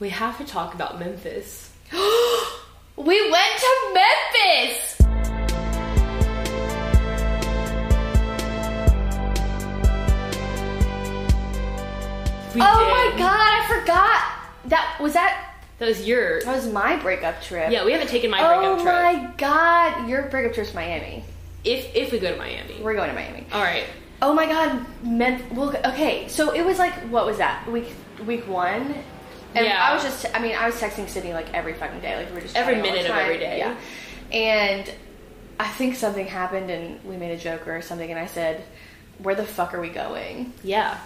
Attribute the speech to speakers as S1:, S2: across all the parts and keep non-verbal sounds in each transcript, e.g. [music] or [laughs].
S1: We have to talk about Memphis.
S2: [gasps] we went to Memphis!
S1: We
S2: oh
S1: did.
S2: my god, I forgot! That was that.
S1: That was your.
S2: That was my breakup trip.
S1: Yeah, we haven't taken my
S2: oh
S1: breakup trip.
S2: my god, your breakup trip's Miami.
S1: If if we go to Miami.
S2: We're going to Miami.
S1: All right.
S2: Oh my god, men. Well, okay, so it was like what was that week week one? And
S1: Yeah.
S2: I was just, I mean, I was texting Sydney like every fucking day, like we were just
S1: Every
S2: chatting all
S1: minute
S2: the
S1: of every
S2: time.
S1: day.
S2: Yeah, and I think something happened, and we made a joke or something, and I said, "Where the fuck are we going?"
S1: Yeah.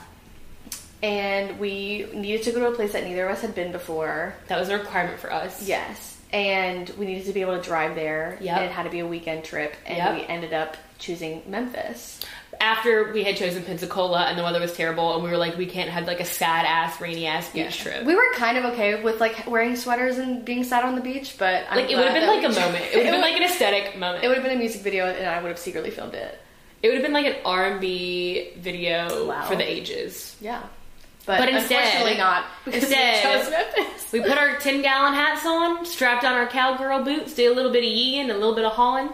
S2: And we needed to go to a place that neither of us had been before.
S1: That was a requirement for us.
S2: Yes. And we needed to be able to drive there.
S1: Yep.
S2: And it had to be a weekend trip. And
S1: Yep.
S2: we ended up choosing Memphis.
S1: After we had chosen Pensacola and the weather was terrible and we were like we can't have like a sad ass rainy ass beach trip.
S2: We were kind of okay with like wearing sweaters and being sat on the beach, but I'm
S1: like it
S2: glad
S1: would have been
S2: that
S1: like a
S2: we- [laughs]
S1: moment. It would have been like an aesthetic moment.
S2: it would have been a music video and I would have secretly filmed it.
S1: It would have been like an R and B video
S2: Wow.
S1: for the ages.
S2: Yeah. But,
S1: But instead- [laughs]
S2: unfortunately not because
S1: instead-
S2: we chose Memphis.
S1: We put our ten gallon hats on, strapped on our cowgirl boots, did a little bit of yeeing and a little bit of hauling,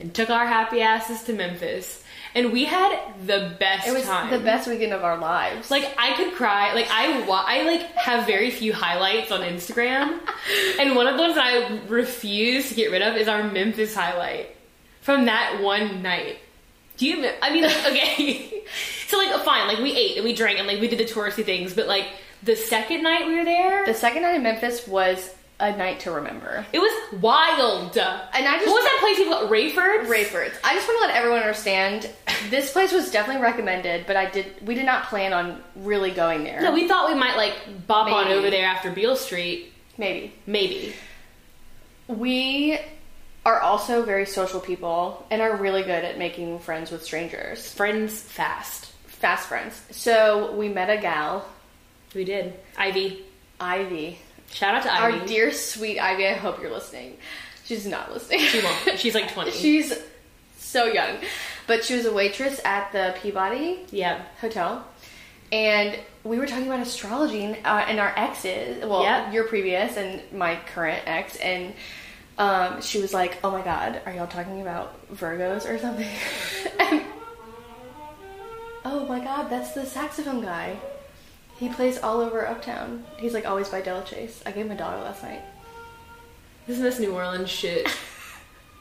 S1: and took our happy asses to Memphis. And we had the best
S2: it was
S1: time.
S2: the best weekend of our lives.
S1: Like I could cry. Like I wa- I like have very few highlights on Instagram,
S2: [laughs]
S1: and one of the ones that I refuse to get rid of is our Memphis highlight from that one night. Do you? me- I mean,
S2: [laughs]
S1: like, okay. so like, fine. Like we ate and we drank and like we did the touristy things, but like the second night we were there,
S2: the second night in Memphis was a night to remember.
S1: it was wild. And
S2: I just-
S1: what was that place? You got Rayford.
S2: Rayfords. I just want to let everyone understand this place was definitely recommended, but I did we did not plan on really going there.
S1: No, we thought we might like bop on
S2: Maybe.
S1: over there after Beale Street.
S2: maybe.
S1: Maybe.
S2: We are also very social people and are really good at making friends with strangers,
S1: Friends fast.
S2: fast friends. So we met a gal,
S1: We did. Ivy.
S2: Ivy.
S1: Shout out to Ivy.
S2: Our dear sweet Ivy, I hope you're listening. She's not listening.
S1: She
S2: [laughs]
S1: won't. She's like 20.
S2: She's so young. But she was a waitress at the Peabody
S1: yeah.
S2: hotel and we were talking about astrology and, uh, and our exes well
S1: Yeah.
S2: your previous and my current ex and um, she was like oh my god are y'all talking about virgos or something [laughs] and, oh my god that's the saxophone guy he plays all over uptown he's like always by Della Chase I gave him a dollar last night
S1: Isn't this New Orleans shit?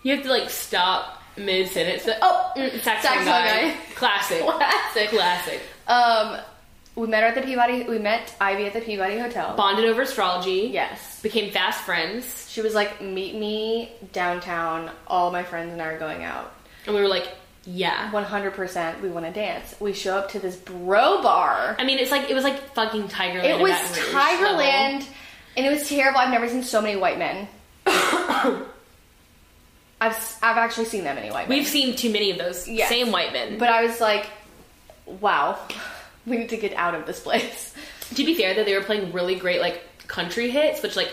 S1: you have to like stop mid sentence.
S2: Oh,
S1: mm,
S2: saxophone
S1: saxophone guy.
S2: guy. [laughs]
S1: Classic.
S2: classic
S1: Classic.
S2: um we met her at the Peabody we met Ivy at the Peabody hotel
S1: Bonded over astrology.
S2: yes
S1: Became fast friends.
S2: She was like, "Meet me downtown. All my friends and I are going out.
S1: And we were like, yeah.
S2: 100%. We want to dance." We show up to this bro bar.
S1: I mean, it's like, it was like fucking Tigerland.
S2: It
S1: in
S2: was
S1: Baton Rouge level.
S2: Tigerland, and it was terrible. I've never seen so many
S1: [coughs]
S2: white men. I've I've actually seen that many white men.
S1: We've seen too many of those
S2: Yes.
S1: same white men. But
S2: But I was like, "Wow, we need to get out of this place."
S1: to be fair, though, they were playing really great like country hits, which like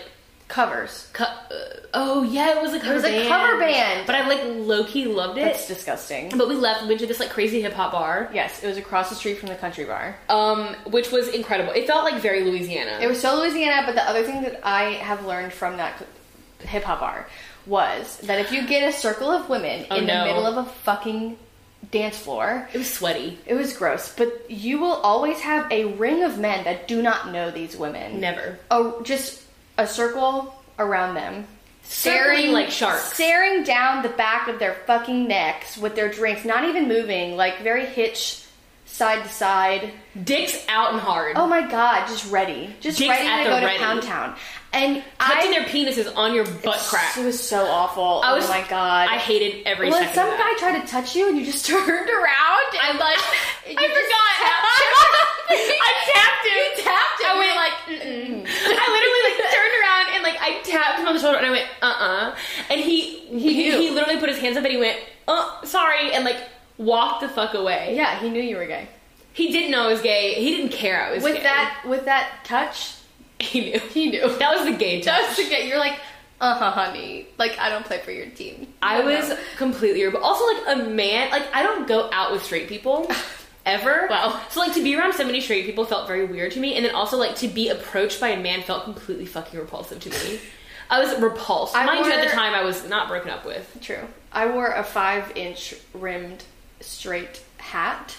S2: Covers.
S1: co- uh, oh yeah, it was a cover.
S2: was a cover band.
S1: But I like low key loved it.
S2: That's disgusting.
S1: But we left. We went to this like crazy hip hop bar,
S2: Yes, it was across the street from the country bar.
S1: um, which was incredible. It felt like very Louisiana.
S2: It was so Louisiana, but the other thing that I have learned from that hip hop bar was that if you get a circle of women
S1: Oh,
S2: in
S1: no.
S2: the middle of a fucking dance floor,
S1: It was sweaty.
S2: it was gross, but you will always have a ring of men that do not know these women.
S1: Never.
S2: Oh, just a circle around them.
S1: Circling like sharks.
S2: Staring down the back of their fucking necks with their drinks, not even moving, like very hitch side to side.
S1: Dicks out and hard.
S2: Oh my god, just ready. Just
S1: Dicks
S2: ready
S1: at
S2: to
S1: the
S2: go
S1: ready.
S2: to Pound Town. And
S1: Touching
S2: I
S1: their penises on your butt crack.
S2: It was so awful.
S1: I was,
S2: oh my god.
S1: I hated every
S2: Well,
S1: second.
S2: some
S1: of
S2: guy
S1: that.
S2: tried to touch you and you just [laughs] turned around [laughs] and
S1: I'm like,
S2: you
S1: I
S2: just
S1: [laughs] forgot. I tapped him.
S2: You tapped
S1: I
S2: him. You
S1: went
S2: were
S1: like, mm-mm. I literally like turned around and like I tapped him on the shoulder and I went, uh uh And he he,
S2: knew.
S1: he literally put his hands up and he went, uh, sorry, and like walked the fuck away.
S2: Yeah, he knew you were gay.
S1: He didn't know I was gay. He didn't care I was
S2: With
S1: gay.
S2: that with that touch,
S1: [laughs] he knew.
S2: he knew.
S1: That was the gay touch.
S2: That was the gay. You're like, uh-huh, honey. Like I don't play for your team.
S1: I
S2: No,
S1: was
S2: no. [laughs]
S1: completely, but also like a man. Like I don't go out with straight people, ever.
S2: Wow.
S1: So like to be around so many straight people felt very weird to me, and then also like to be approached by a man felt completely fucking repulsive to me. I was repulsed.
S2: I
S1: Mind you, at
S2: wore-
S1: the time I was not broken up with.
S2: True. I wore a five inch rimmed straight hat.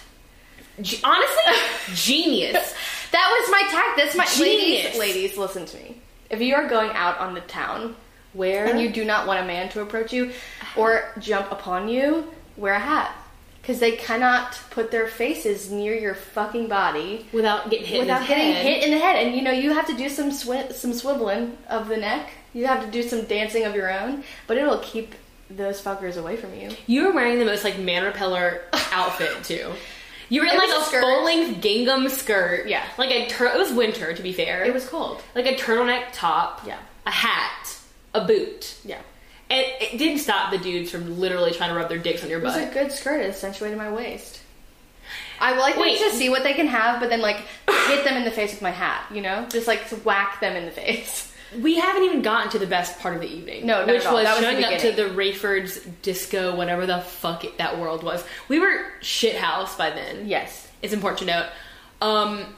S2: [laughs]
S1: Ge- honestly, genius.
S2: That was my tact. That's my
S1: Genius.
S2: ladies. Ladies, listen to me. If you are going out on the town
S1: Where
S2: and you do not want a man to approach you or jump upon you, wear a hat because they cannot put their faces near your fucking body
S1: without getting hit
S2: without
S1: in the
S2: getting
S1: head.
S2: hit in the head. And you know, you have to do some swi- some swiveling of the neck. You have to do some dancing of your own, but it'll keep those fuckers away from you.
S1: You were wearing the most like man
S2: [laughs]
S1: repeller outfit too. You were in
S2: It
S1: like
S2: was a
S1: a
S2: skirt.
S1: full length gingham skirt.
S2: Yeah.
S1: Like a tur- it was winter to be fair.
S2: It was cold.
S1: like a turtleneck top.
S2: Yeah.
S1: A hat. A boot.
S2: Yeah.
S1: And it didn't stop the dudes from literally trying to rub their dicks on your
S2: It was
S1: butt.
S2: a good skirt. It accentuated my waist. I would like them
S1: Wait.
S2: to see what they can have, but then like hit them in the face with my hat. You know, just like to whack them in the face. [laughs]
S1: we haven't even gotten to the best part of the evening.
S2: No, not
S1: which
S2: at all.
S1: was
S2: That was the
S1: showing up to
S2: beginning.
S1: the Rayford's disco, whatever the fuck it, that world was. We were shithouse by then.
S2: Yes.
S1: It's important to note. Um,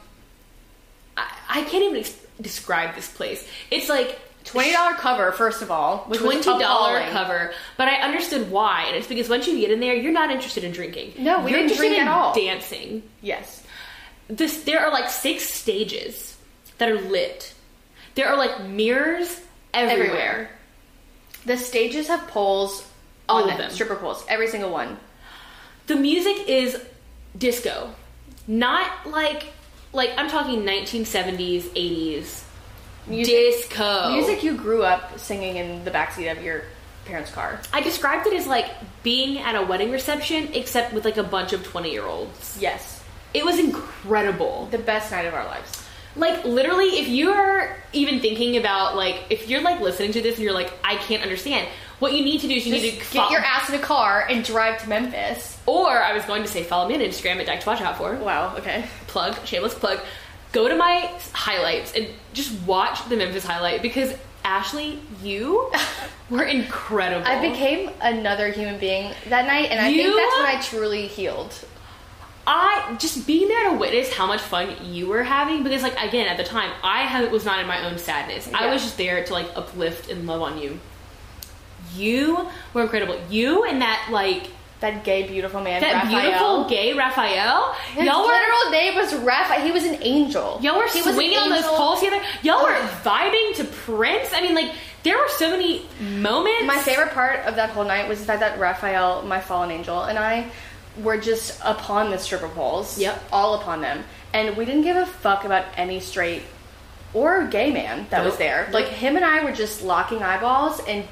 S1: I, I can't even ex- describe this place. It's like
S2: Twenty dollar cover, first of all. Which was
S1: twenty dollar
S2: appalling.
S1: cover, but I understood why, and it's because once you get in there, you're not interested in drinking.
S2: No, we
S1: you're
S2: didn't
S1: interested
S2: drink
S1: in
S2: at all.
S1: Dancing.
S2: Yes.
S1: This there are like six stages that are lit. There are like mirrors everywhere.
S2: Everywhere. The stages have poles.
S1: All
S2: on
S1: of them.
S2: Stripper poles. Every single one.
S1: The music is disco, not like like I'm talking 1970s, 80s
S2: Music,
S1: disco
S2: music you grew up singing in the backseat of your parents' car.
S1: I described it as like being at a wedding reception, except with like a bunch of 20 year olds.
S2: Yes.
S1: It was incredible.
S2: The best night of our lives.
S1: Like, literally, if you are even thinking about, like, if you're like listening to this and you're like, I can't understand, what you need to do is you
S2: Just
S1: need to
S2: get
S1: fo-
S2: your ass in a car and drive to Memphis.
S1: Or I was going to say, follow me on Instagram at Deck to Watch Out for.
S2: Wow. Okay.
S1: Plug, shameless plug. Go to my highlights and just watch the Memphis highlight because Ashley,
S2: [laughs]
S1: you were incredible.
S2: I became another human being that night, and I
S1: You-
S2: think that's when I truly healed.
S1: I just being there to witness how much fun you were having because, like, again, at the time, I ha- was not in my own sadness. I
S2: Yeah.
S1: was just there to like uplift and love on you. You were incredible. You and that like
S2: That gay, beautiful man,
S1: that
S2: Raphael.
S1: beautiful gay Raphael.
S2: His
S1: y'all were
S2: literal name was Raphael. He was an angel.
S1: y'all were
S2: he
S1: swinging on those
S2: angel.
S1: poles together. Y'all were
S2: Ugh.
S1: vibing to Prince. I mean, like, there were so many moments.
S2: My favorite part of that whole night was the fact that Raphael, my fallen angel, and I were just upon the stripper poles.
S1: Yep.
S2: All upon them. And we didn't give a fuck about any straight or gay man that was
S1: Nope.
S2: there. Like, him and I were just locking eyeballs and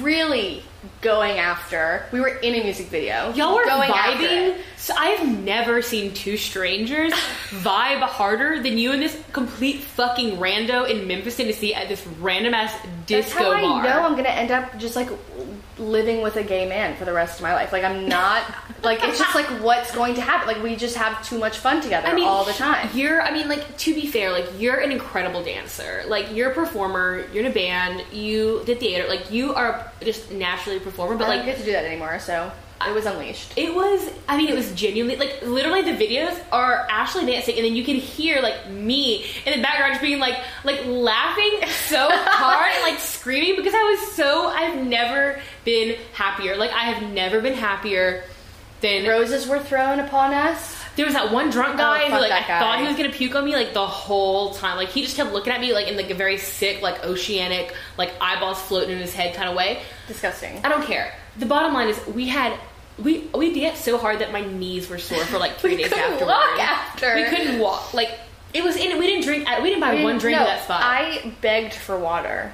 S2: really going after. We were in a music video.
S1: Y'all were
S2: going after
S1: vibing.
S2: it.
S1: So I've never seen two
S2: [sighs]
S1: strangers vibe harder than you and this complete fucking rando in Memphis, Tennessee, at this random ass
S2: That's
S1: disco
S2: how I
S1: bar.
S2: know I'm gonna end up just like living with a gay man for the rest of my life. Like I'm not like it's just like what's going to happen. Like we just have too much fun together
S1: I mean,
S2: all the time.
S1: You're, I mean, like to be fair, like you're an incredible dancer. Like you're a performer. You're in a band. You did theater. Like you are just naturally a performer. But
S2: I
S1: like
S2: don't get to do that anymore, so it was unleashed.
S1: It was, I mean, it was genuinely, like, literally the videos are Ashley dancing, and then you can hear, like, me in the background just being, like, like, laughing [laughs] so hard and, like, screaming because I was so, I've never been happier. Like, I have never been happier than,
S2: Roses were thrown upon us.
S1: there was that one drunk guy
S2: Oh,
S1: who,
S2: fuck
S1: like, I
S2: that guy.
S1: thought he was gonna puke on me, like, the whole time. Like, he just kept looking at me, like, in, like, a very sick, like, oceanic, like, eyeballs floating in his head kind of way.
S2: Disgusting.
S1: I don't care. The bottom line is we had we we danced so hard that my knees were sore for like three
S2: We
S1: days
S2: couldn't
S1: afterward.
S2: walk after.
S1: We couldn't walk. Like it was in. We didn't drink. at- We didn't buy
S2: I mean,
S1: one drink
S2: no,
S1: at that spot.
S2: I begged for water.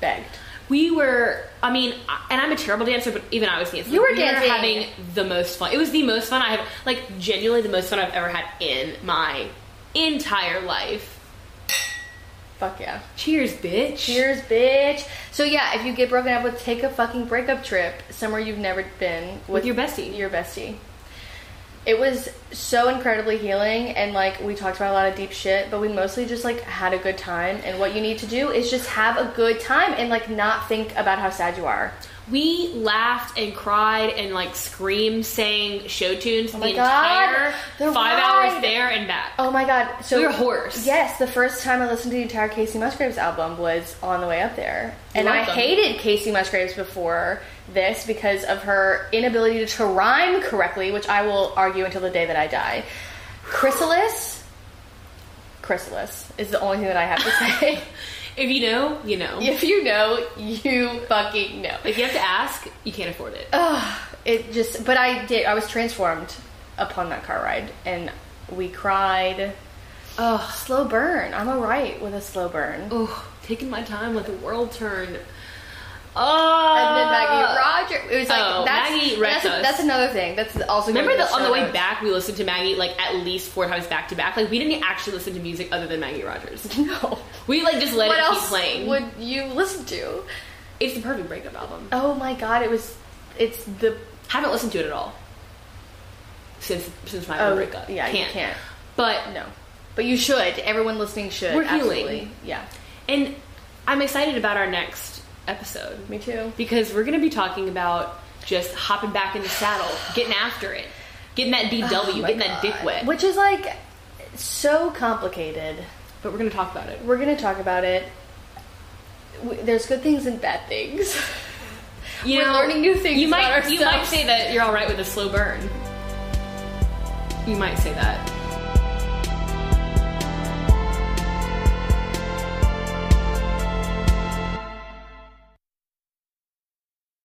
S2: Begged.
S1: we were. I mean, I- and I'm a terrible dancer, but even I was dancing.
S2: You were
S1: We
S2: dancing.
S1: having the most fun. It was the most fun I have. Like genuinely, the most fun I've ever had in my entire life.
S2: Fuck yeah.
S1: Cheers, bitch.
S2: Cheers, bitch. So yeah, if you get broken up with, take a fucking breakup trip somewhere you've never been
S1: With your bestie.
S2: Your bestie. It was so incredibly healing, and like we talked about a lot of deep shit, but we mostly just like had a good time. And what you need to do is just have a good time and like not think about how sad you are.
S1: We laughed and cried and like screamed, sang show tunes
S2: Oh my
S1: the
S2: God,
S1: entire
S2: the
S1: five
S2: ride.
S1: hours there and back.
S2: Oh my god. So
S1: We were hoarse.
S2: Yes, the first time I listened to the entire Casey Musgraves album was on the way up there. And I
S1: Welcome.
S2: hated Casey Musgraves before this because of her inability to rhyme correctly, which I will argue until the day that I die. Chrysalis Chrysalis is the only thing that I have to [laughs] say.
S1: [laughs] If you know, you know.
S2: if you know, you fucking know.
S1: If you have to ask, you can't afford it.
S2: Ugh, it just but I did I was transformed upon that car ride and we cried. Oh, slow burn. I'm alright with a slow burn.
S1: Oh, taking my time, let the world turn.
S2: And then
S1: Oh,
S2: Maggie Roger. It was like
S1: Oh,
S2: that's,
S1: Maggie wrecked
S2: that's,
S1: us.
S2: that's another thing. That's also gonna
S1: Remember
S2: be
S1: the, on the way
S2: show notes.
S1: back, we listened to Maggie like at least four times back to back. Like we didn't actually listen to music other than Maggie Rogers.
S2: [laughs] [laughs] No.
S1: We like just let
S2: what
S1: it
S2: else
S1: keep playing.
S2: would you listen to?
S1: it's the perfect breakup album.
S2: Oh my god, it was. It's the
S1: Haven't listened to it at all since since my
S2: oh
S1: own breakup.
S2: yeah, you can't.
S1: But
S2: No, but you should. Everyone listening should.
S1: We're healing.
S2: absolutely. Yeah,
S1: and I'm excited about our next episode
S2: me too.
S1: because we're gonna be talking about just hopping back in the saddle, getting after it, getting that DW,
S2: Oh my
S1: getting that dick
S2: God.
S1: wet.
S2: which is like so complicated.
S1: But we're gonna talk about it.
S2: We're gonna talk about it. W- There's good things and bad things.
S1: You
S2: [laughs] We're
S1: know,
S2: learning new things
S1: You might
S2: about
S1: you might
S2: ourselves.
S1: say that you're all right with a slow burn. You might say that.